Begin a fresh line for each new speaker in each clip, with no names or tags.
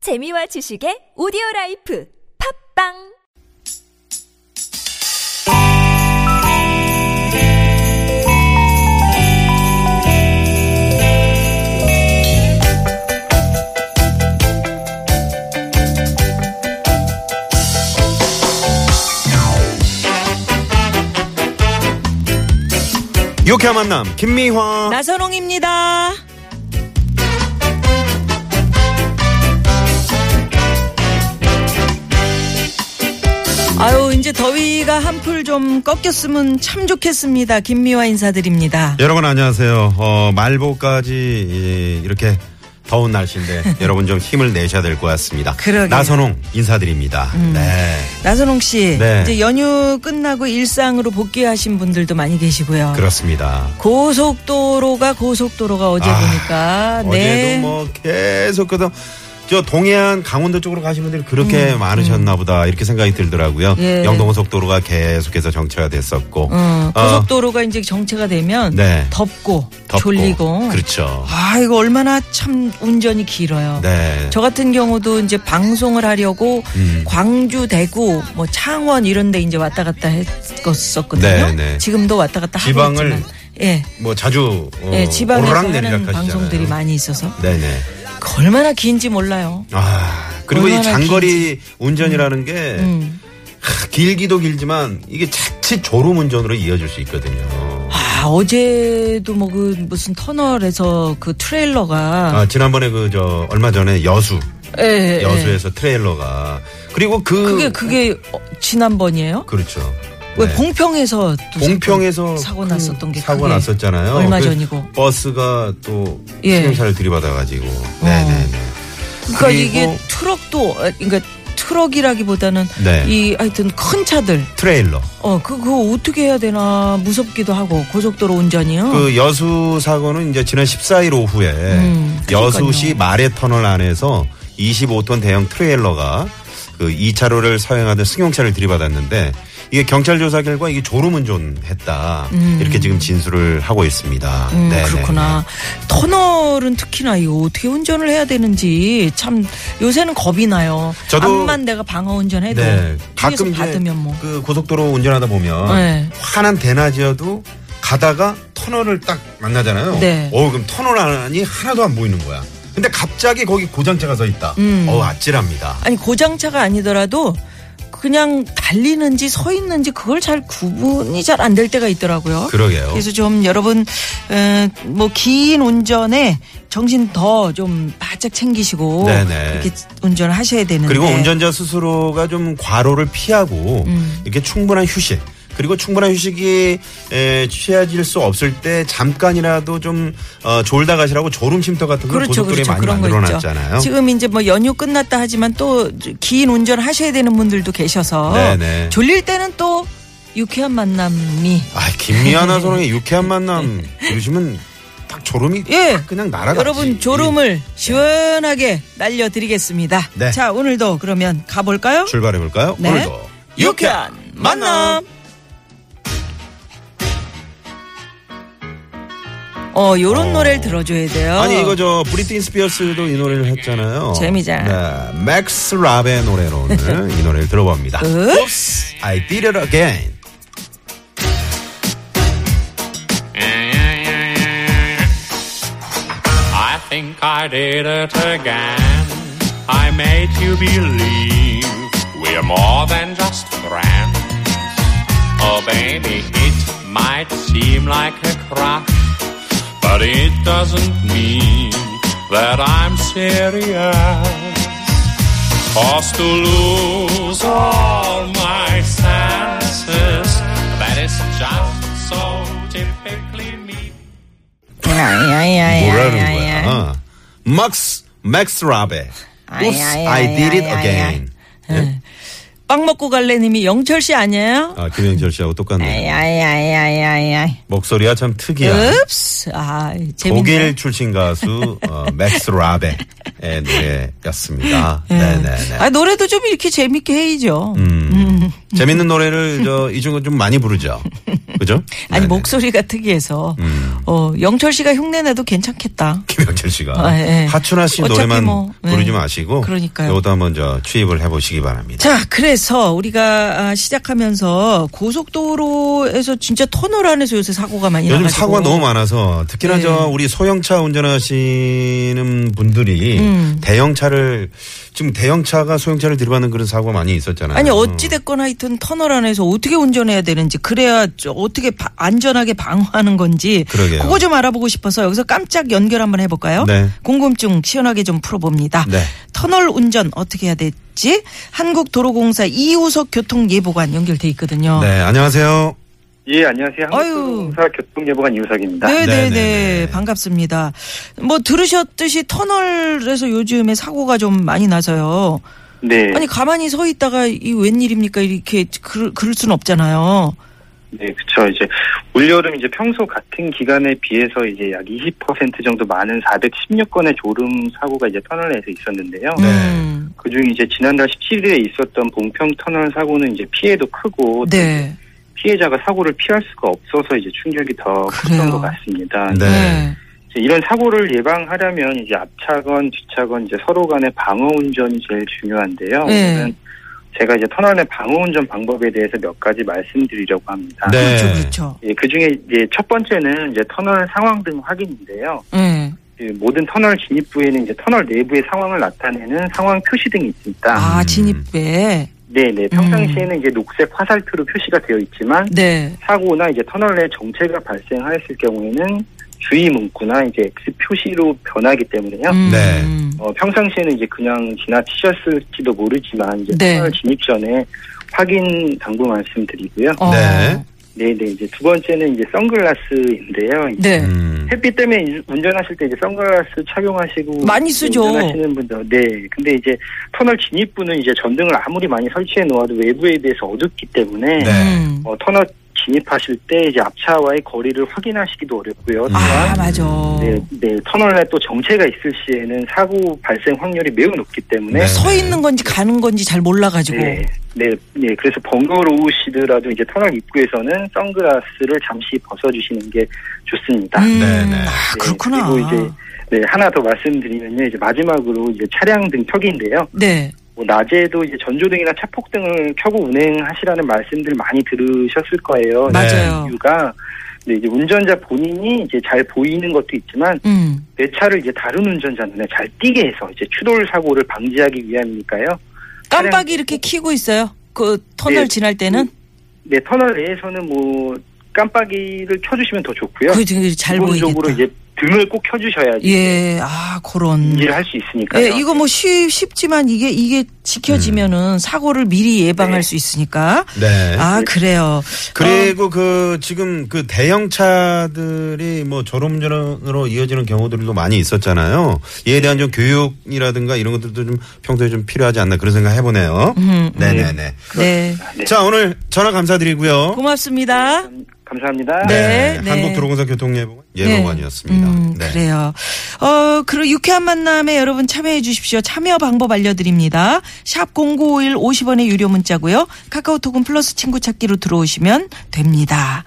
재미와 지식의 오디오 라이프 팝빵
유쾌한 만남 김미화
네. 나선홍입니다. 아유, 이제 더위가 한풀 좀 꺾였으면 참 좋겠습니다. 김미화 인사드립니다.
여러분 안녕하세요 어, 말보까지 예, 이렇게 더운 날씨인데 여러분 좀 힘을 내셔야 될 것 같습니다
그러게요. 음.
나선홍 인사드립니다 네
나선홍 씨,
네.
이제 연휴 끝나고 일상으로 복귀하신 분들도 많이 계시고요.
그렇습니다
고속도로가 고속도로가 어제
아,
보니까 네.
어제도 뭐 계속 그저 저 동해안 강원도 쪽으로 가시는 분들이 그렇게 많으셨나 보다 이렇게 생각이 들더라고요
음, 예.
영동고속도로가 계속해서 정체가 됐었고
어,
어,
고속도로가 이제 정체가 되면
네.
덥고,
덥고.
졸리고
그렇죠
아 이거 얼마나 참 운전이 길어요.
네
저 같은 경우도 이제 방송을 하려고
음.
광주, 대구, 뭐 창원 이런데 이제 왔다 갔다 했었거든요.
네, 네.
지금도 왔다 갔다
지방을
하고 있지만, 예,
뭐 자주 어,
예, 지방에서 하는
오르락내리락
방송들이
하시잖아요.
많이 있어서
네네
그 얼마나 긴지 몰라요.
아 그리고 이
얼마나
장거리 운전이라는 게
음.
하, 길기도 길지만 이게 자칫 졸음 운전으로 이어질 수 있거든요.
아 어제도 뭐 그 무슨 터널에서 그 트레일러가
아, 지난번에 그 저 얼마 전에 여수
예, 예, 예.
여수에서 트레일러가 그리고 그
그게 그게 어, 지난번이에요?
그렇죠.
왜
네.
봉평에서 또
봉평에서
사고
그
났었던 게
사고
그게
났었잖아요.
얼마
그
전이고.
버스가 또
예. 어.
승용차를 들이받아가지고 네네네.
그러니까
그리고-
이게 트럭도 어, 그러니까 트럭이라기보다는
네.
이 하여튼 큰 차들
트레일러.
어 그, 그거 어떻게 해야 되나 무섭기도 하고 고속도로 운전이요.
그 여수 사고는 이제 지난 14일 오후에
음,
여수시 마레 터널 안에서 25톤 대형 트레일러가 그 2차로를 사용하던 승용차를 들이받았는데 이게 경찰 조사 결과 이게 졸음운전했다 이렇게 지금 진술을 하고 있습니다.
음,
네네.
그렇구나. 터널은 특히나 이 어떻게 운전을 해야 되는지 참 요새는 겁이 나요.
저도-
암만 내가 방어 운전해도
네.
뒤에서
가끔 이제
받으면 뭐.
그 고속도로 운전하다 보면
네.
환한 대낮이어도 가다가 터널을 딱 만나잖아요.
네.
어 그럼 터널 안이 하나도 안 보이는 거야. 근데 갑자기 거기 고장차가 서 있다.
음.
어 아찔합니다.
아니 고장차가 아니더라도 그냥 달리는지 서 있는지 그걸 잘 구분이 잘 안 될 때가 있더라고요.
그러게요.
그래서 좀 여러분 뭐 긴 운전에 정신 더 좀 바짝 챙기시고
네네.
그렇게 운전을 하셔야 되는데
그리고 운전자 스스로가 좀 과로를 피하고
음.
이렇게 충분한 휴식 그리고 충분한 휴식이 에, 취해질 수 없을 때 잠깐이라도 좀 어, 졸다 가시라고 졸음 쉼터 같은 걸
그렇죠,
고속도로에
그렇죠.
많이
그런 거 있죠.
만들어놨잖아요.
지금 이제 뭐 연휴 끝났다 하지만 또 긴 운전 하셔야 되는 분들도 계셔서
네네.
졸릴 때는 또 유쾌한 만남이
아 김미아나 소롱의 유쾌한 만남 들으시면 딱 졸음이
예.
딱 그냥 날아가.
여러분 졸음을 시원하게 날려드리겠습니다.
네.
자 오늘도 그러면 가볼까요?
음, 출발해 볼까요?
네.
오늘도
유쾌한 만남. 어 요런 노래를 들어줘야 돼요.
아니 이거 저 브리트니 스피어스도 이 노래를 했잖아요.
재미잖아.
네, 맥스 라베 노래로 오늘 이 노래를 들어봅니다.
Oops.
I did it again.
I think I did it again. I made you believe we're more than just friends. Oh, baby, it might seem like a crush, but it doesn't mean that I'm serious. Forced to lose all my senses. That is just so typically me.
예,
뭐라는 거야? 맥스 맥스 라베.
아이,
Oops, I
아이, 아이,
did it
아이, 아이,
again.
빵 먹고 갈래님이 영철 씨 아니에요?
아, 김영철 씨하고 똑같네. 요
아야야야야야.
목소리가 참 특이한.
읍스. 아 재밌네.
독일 출신 가수 어, 맥스 라베의 노래였습니다. 네네네.
아 노래도 좀 이렇게 재밌게 해야죠.
재밌는 노래를 저 이중은 좀 많이 부르죠. 그죠?
아니
네네.
목소리가 특이해서 어 영철 씨가 흉내내도 괜찮겠다.
백현철 씨가
아, 예.
하춘아 씨
어차피
노래만
뭐, 예.
부르지 마시고
그러니까요.
이것도 한번 저 취입을 해보시기 바랍니다.
자, 그래서 우리가 아, 시작하면서 고속도로에서 진짜 터널 안에서 요새 사고가 많이
요즘
나가지고.
사고가 너무 많아서 특히나
네.
저 우리 소형차 운전하시는 분들이
음.
대형차를 지금 대형차가 소형차를 들이받는 그런 사고가 많이 있었잖아요.
아니 어찌 됐거나 하여튼 터널 안에서 어떻게 운전해야 되는지 그래야 저 어떻게 바- 안전하게 방어하는 건지
그러게요.
거좀 알아보고 싶어서 여기서 깜짝 연결 한번 해볼까요?
네.
궁금증 시원하게 좀 풀어봅니다.
네.
터널 운전 어떻게 해야 될지 한국도로공사 이우석 교통예보관 연결돼 있거든요.
네, 안녕하세요.
예, 안녕하세요.
아유.
한국도로공사 교통예보관 이우석입니다.
네네네
아, 네네네.
반갑습니다. 뭐 들으셨듯이 터널에서 요즘에 사고가 좀 많이 나서요.
네,
예.
아니 가만히 서 있다가 이 웬일입니까 이렇게 그럴, 그럴 수는 없잖아요.
네, 그쵸. 이제 올여름 이제 평소 같은 기간에 비해서 이제 약 20% 정도 많은 416건의 조름 사고가 이제 터널에서 있었는데요.
네.
음,
그중 이제 지난달 17일에 있었던 봉평 터널 사고는 이제 피해도
뭐
크고 또
네.
피해자가 사고를 피할 수가 없어서 이제 충격이 더
그래요.
컸던 것 같습니다.
네.
이제 이런 사고를 예방하려면 이제 앞차건 뒤차건 이제 서로 간의 방어 운전이 제일 중요한데요.
네.
오늘은 제가 이제 터널의 방어 운전 방법에 대해서 몇 가지 말씀드리려고 합니다.
네.
그렇죠, 그렇죠.
예, 그 중에 이제 첫 번째는 이제 터널 상황 등 확인인데요.
네.
예, 모든 터널 진입부에는 이제 터널 내부의 상황을 나타내는 상황 표시 등이 있습니다.
아, 음.
음.
진입구에.
네, 네. 평상시에는 이제 녹색 화살표로 표시가 되어 있지만
네.
사고나 이제 터널 내 정체가 발생하였을 경우에는 주의 문구나 이제 X 표시로 변하기 때문에요.
음.
네.
어, 평상시에는 이제 그냥 지나치셨을지도 모르지만 이제
네.
터널 진입 전에 확인 당부 말씀드리고요.
어.
네.
네, 네. 이제 두 번째는 이제 선글라스인데요.
네.
음.
햇빛 때문에 인- 운전하실 때 이제 선글라스 착용하시고
많이 쓰죠.
운전하시는 분들 네 근데 이제 터널 진입부는 이제 전등을 아무리 많이 설치해 놓아도 외부에 비해서 어둡기 때문에
네.
음.
어, 터널 진입하실 때 이제 앞차와의 거리를 확인하시기도 어렵고요.
아,
또한
맞아.
네, 네, 터널에 또 정체가 있을 시에는 사고 발생 확률이 매우 높기 때문에
네.
서 있는 건지 가는 건지 잘 몰라가지고.
네, 네, 네, 그래서 번거로우시더라도 이제 터널 입구에서는 선글라스를 잠시 벗어주시는 게 좋습니다.
음.
네, 네.
아,
네,
그렇구나.
그리고 이제 네, 하나 더 말씀드리면요. 이제 마지막으로 이제 차량 등 켜기인데요.
네.
뭐 낮에도 이제 전조등이나 차폭등을 켜고 운행하시라는 말씀들 많이 들으셨을 거예요.
네.
맞아요.
이유가 네, 이제 운전자 본인이 이제 잘 보이는 것도 있지만
음.
내 차를 이제 다른 운전자 눈에 잘 띄게 해서 이제 추돌 사고를 방지하기 위함이니까요. 차량-
깜빡이 이렇게 켜고 있어요. 그 터널
네.
지날 때는.
네, 터널 내에서는 뭐 깜빡이를 켜주시면 더 좋고요.
그 되게 잘
예. 기본적으로
보이겠다.
이제 등을 꼭 켜주셔야지
예. 아, 그런.
인지를 할 수 있으니까요.
예, 이거 뭐 쉬, 쉽지만 이게 이게 지켜지면은 사고를 미리 예방할
네.
수 있으니까.
네.
아, 그래요. 어,
그리고 그 지금 그 대형차들이 뭐 졸음전으로 이어지는 경우들도 많이 있었잖아요. 이에 대한 좀 교육이라든가 이런 것들도 좀 평소에 좀 필요하지 않나 그런 생각 해보네요.
음.
네네네.
네.
네.
자 오늘 전화 감사드리고요.
고맙습니다. 음,
감사합니다.
네, 네.
한국도로공사 교통예보관 예보관이었습니다.
음,
네.
그래요. 어, 그리고 유쾌한 만남에 여러분 참여해 주십시오. 참여 방법 알려드립니다. 샵 0951 50원의 유료 문자고요. 카카오톡은 플러스 친구 찾기로 들어오시면 됩니다.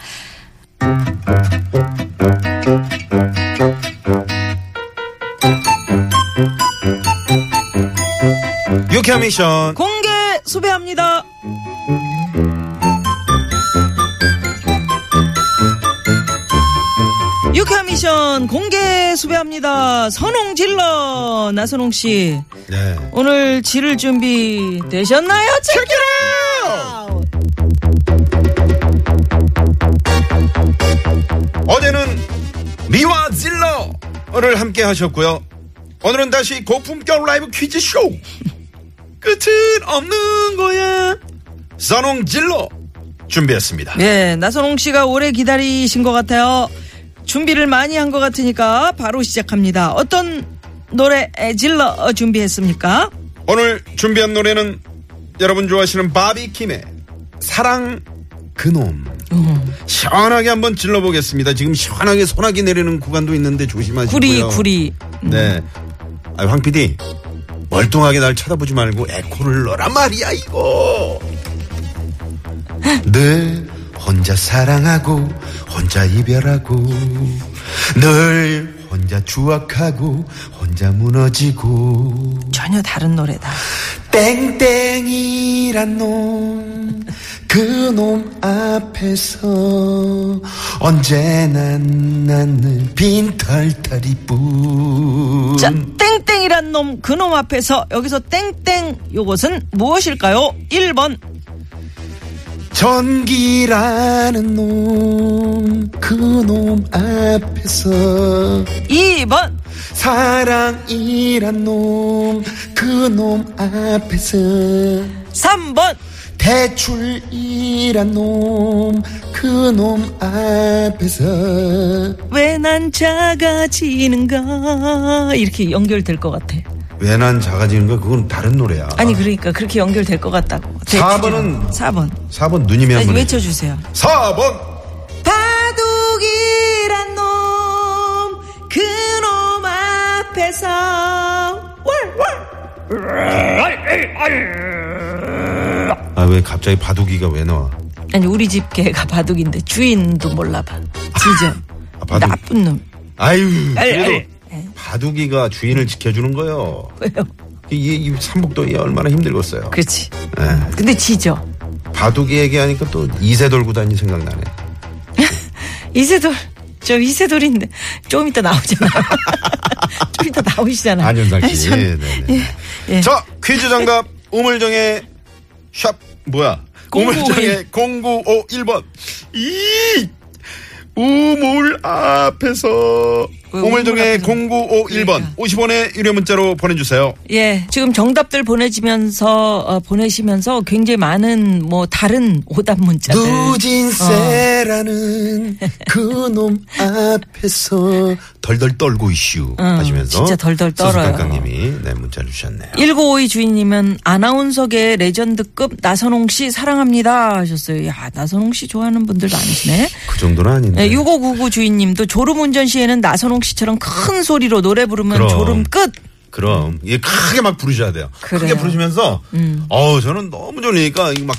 유쾌한 미션.
공개 수배합니다. 유쾌한 미션 공개 수배합니다. 선홍 질러 나선홍 씨.
네.
오늘 지를 준비 되셨나요? 체키라!
어제는 미와 질러를 함께 하셨고요. 오늘은 다시 고품격 라이브 퀴즈 쇼. 끝은 없는 거야. 선홍 질러 준비했습니다.
네, 나선홍 씨가 오래 기다리신 것 같아요. 준비를 많이 한 것 같으니까 바로 시작합니다. 어떤 노래 질러 준비했습니까?
오늘 준비한 노래는 여러분 좋아하시는 바비킴의 사랑 그놈.
음.
시원하게 한번 질러보겠습니다. 지금 시원하게 소나기 내리는 구간도 있는데 조심하시고요.
구리, 구리.
네. 아, 황 PD. 멀뚱하게 날 쳐다보지 말고 에코를 넣어라 말이야, 이거. 늘 혼자 사랑하고, 혼자 이별하고, 늘 혼자 혼자 추악하고 혼자 무너지고
전혀 다른 노래다.
땡땡이란 놈, 그 놈 앞에서 언제나 나는 빈털털이 뿐.
자, 땡땡이란 놈, 그놈 앞에서 여기서 땡땡 요것은 무엇일까요? 1번,
전기라는 놈, 그 놈 앞에서
2번,
사랑이란 놈, 그 놈 앞에서
3번.
대출이란 놈, 그 놈 앞에서
왜 난 작아지는가 이렇게 연결될 것 같아.
왜 난 작아지는 거야? 그건 다른 노래야.
아니 그러니까 그렇게 연결될 것 같다고. 네,
사 번은-
4번.
4번 누님이 한
다시
번.
외쳐주세요.
4번!
바둑이란 놈, 그놈 앞에서
아, 왜 갑자기 바둑이가 왜 나와?
아니 우리 집 개가 바둑인데 주인도 몰라봐. 지저
아, 바둑.
나쁜 놈.
아유,
아이,
그래도
아이.
바둑이가 주인을 지켜주는 거요.
왜요?
이, 이 삼복도 이 얼마나 힘들겠어요.
그렇지.
예.
근데 지저
바둑이 얘기하니까 또 이세돌 구단이 생각나네.
이세돌. 저 이세돌인데 좀 이따 나오잖아. 좀 이따 나오시잖아.
안윤상
아이,
씨.
참.
네, 네.
예.
자, 퀴즈 정답. 우물정의 샵, 뭐야.
공구오일.
우물정의 0951번. 이! 우물 앞에서.
왜 우물
우물정의
앞에서?
0951번.
그러니까.
50원의 유료 문자로 보내주세요.
예, 지금 정답들 보내지면서 어, 보내시면서 굉장히 많은 뭐 다른 오답 문자들.
누진세라는
어.
그놈 앞에서 덜덜 떨고 이슈 하시면서
어, 진짜 덜덜 떨어요.
소수깡깡님이 네, 문자를 주셨네요.
1952 주인님은 아나운서계 레전드급 나선홍 씨 사랑합니다 하셨어요. 야, 나선홍 씨 좋아하는 분들 많으시네.
그 정도는 아닌데.
네, 6599 주인님도 졸음 운전 시에는 나선홍 씨처럼 큰 소리로 노래 부르면
그럼.
졸음 끝.
그럼 이게 크게 막 부르셔야 돼요. 크게
그래요. 음.
부르시면서 어우 저는 너무 졸리니까 이막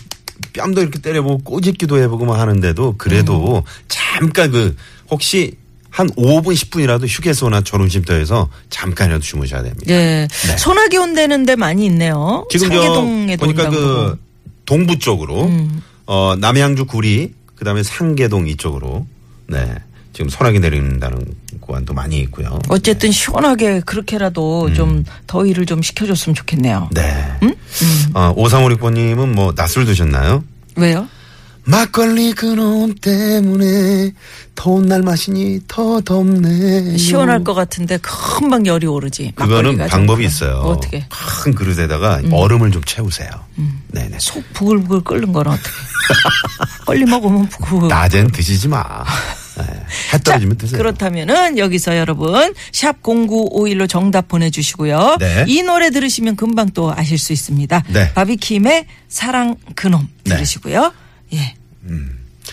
뺨도 이렇게 때려보고 꼬집기도 해보고 막 하는데도
음.
그래도 잠깐 그 혹시 한 5분 10분이라도 휴게소나 졸음쉼터에서 잠깐이라도 주무셔야 됩니다.
예. 소나기 온대는데 많이 있네요.
네. 지금
상계동에 음.
저 보니까 그 동부 쪽으로 어 남양주 구리 그다음에 상계동 이쪽으로 네 지금 소나기 내린다는 구간도 많이 있고요.
어쨌든 시원하게 그렇게라도
음.
좀 더위를 좀 식혀줬으면 좋겠네요.
네.
음?
어, 5356번님은 뭐 낮술 드셨나요?
왜요?
막걸리 그놈 때문에 더운 날 마시니 더 덥네.
시원할 것 같은데 금방 열이 오르지.
그거는
막걸리가 좀
방법이
그래.
있어요.
어떻게?
큰 그릇에다가 얼음을 좀 채우세요. 네네.
속 부글부글 끓는 건 어떻게? 걸리 먹으면 부글.
낮엔 드시지 마. 네. 해 떨어지면 드세요.
그렇다면은 여기서 여러분 샵 0951로 정답 보내주시고요.
네.
이 노래 들으시면 금방 또 아실 수 있습니다.
네.
바비킴의 사랑 그놈
네. 음.
들으시고요. 예.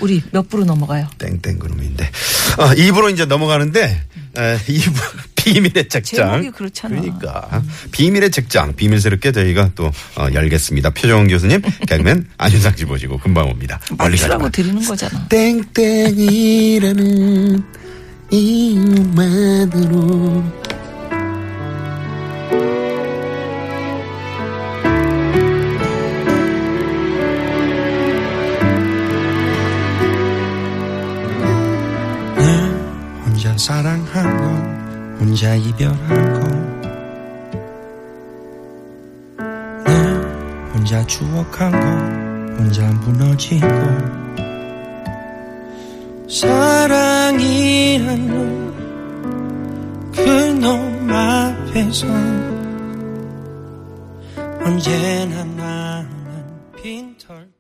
우리 몇 부로 넘어가요?
땡땡 그놈인데. 어, 입으로 이제 넘어가는데, 에, 입 비밀의 책장.
제목이 그렇잖아.
그러니까. 비밀의 책장. 비밀스럽게 저희가 또, 어, 열겠습니다. 표정원 교수님, 개그맨 안윤상 씨 모시고 금방 옵니다. 멀리 가지 마.
맞추라고 뭐 드리는 거잖아.
땡땡이라는 이유만으로
혼자 사랑하고 혼자 이별하고 늘 혼자 추억하고 혼자 무너지고 사랑이란 놈 그놈 앞에서 언제나 나는 빈털